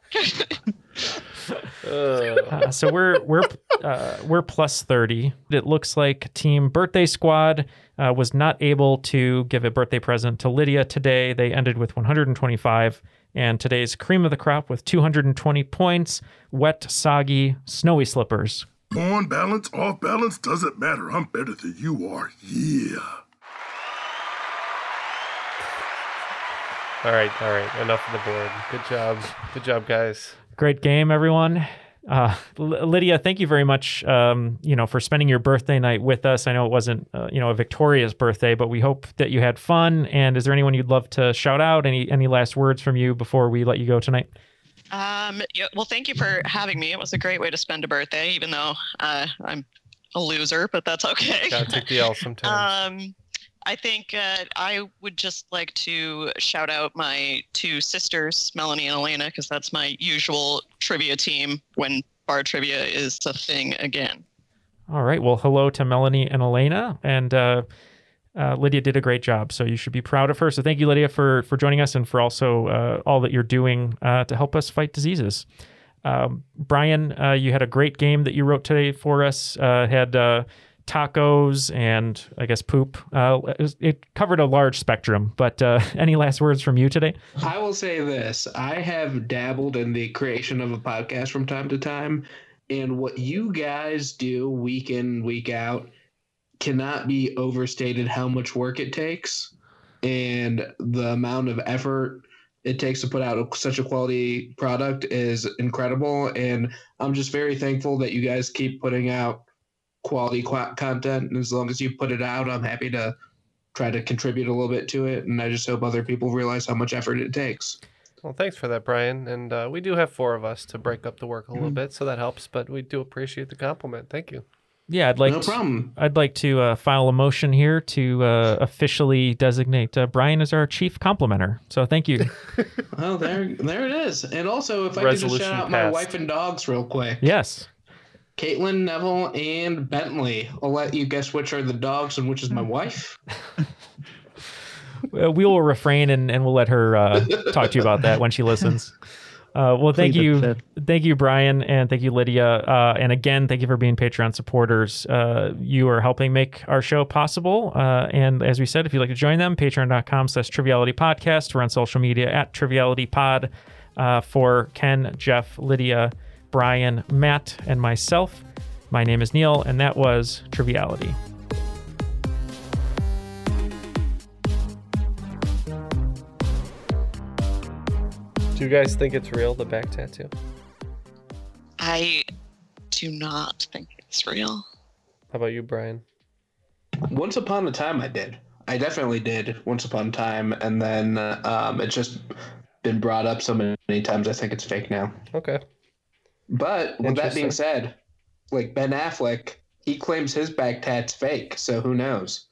Uh, so we're we're uh, we're plus thirty. It looks like Team Birthday Squad uh, was not able to give a birthday present to Lydia today. They ended with one hundred and twenty-five, and today's cream of the crop with two hundred and twenty points. Wet, soggy, snowy slippers. On balance, off balance, doesn't matter. I'm better than you are. Yeah. All right, all right. Enough of the board. Good job. Good job, guys. Great game, everyone. Uh, L- Lydia, thank you very much. Um, you know, for spending your birthday night with us. I know it wasn't, uh, you know, a victorious birthday, but we hope that you had fun. And is there anyone you'd love to shout out? Any any last words from you before we let you go tonight? Um, yeah, well, thank you for having me. It was a great way to spend a birthday, even though uh, I'm a loser, but that's okay. Gotta take the L sometimes. Um, I think uh, I would just like to shout out my two sisters, Melanie and Elena, because that's my usual trivia team when bar trivia is a thing again. All right. Well, hello to Melanie and Elena, and uh, uh, Lydia did a great job, so you should be proud of her. So thank you, Lydia, for for joining us and for also uh, all that you're doing uh, to help us fight diseases. Um, Brian, uh, you had a great game that you wrote today for us. Uh, had uh, tacos and I guess poop. Uh, it, was- it covered a large spectrum. But uh, any last words from you today? I will say this I have dabbled in the creation of a podcast from time to time, and what you guys do week in, week out cannot be overstated how much work it takes and the amount of effort it takes to put out a- such a quality product is incredible and i'm just very thankful that you guys keep putting out quality qua content and as long as you put it out i'm happy to try to contribute a little bit to it and i just hope other people realize how much effort it takes Well, thanks for that, Brian. And uh, we do have four of us to break up the work a Mm-hmm. little bit, so that helps. But we do appreciate the compliment. Thank you. Yeah, I'd like No problem. To, I'd like to uh, file a motion here to uh, officially designate uh, Brian as our chief complimenter. So thank you. well there there it is and also if i could just Resolution shout out my passed. wife and dogs real quick yes. caitlin neville and bentley i'll let you guess which are the dogs and which is my wife Uh, we will refrain and, and we'll let her uh, talk to you about that when she listens. Uh, well, thank Plead you, the thank you, Brian, and thank you, Lydia, uh, and again, thank you for being Patreon supporters. Uh, you are helping make our show possible. Uh, and as we said, if you'd like to join them, Patreon.com/slash Triviality Podcast. We're on social media at Triviality Pod uh, for Ken, Jeff, Lydia, Brian, Matt, and myself. My name is Neil, and that was Triviality. Do you guys think it's real, the back tattoo? I do not think it's real. How about you, Brian? Once upon a time, I did. I definitely did once upon a time, and then uh, um, it's just been brought up so many times. I think it's fake now. Okay. But with that being Interesting. said, like Ben Affleck, he claims his back tat's fake, so who knows?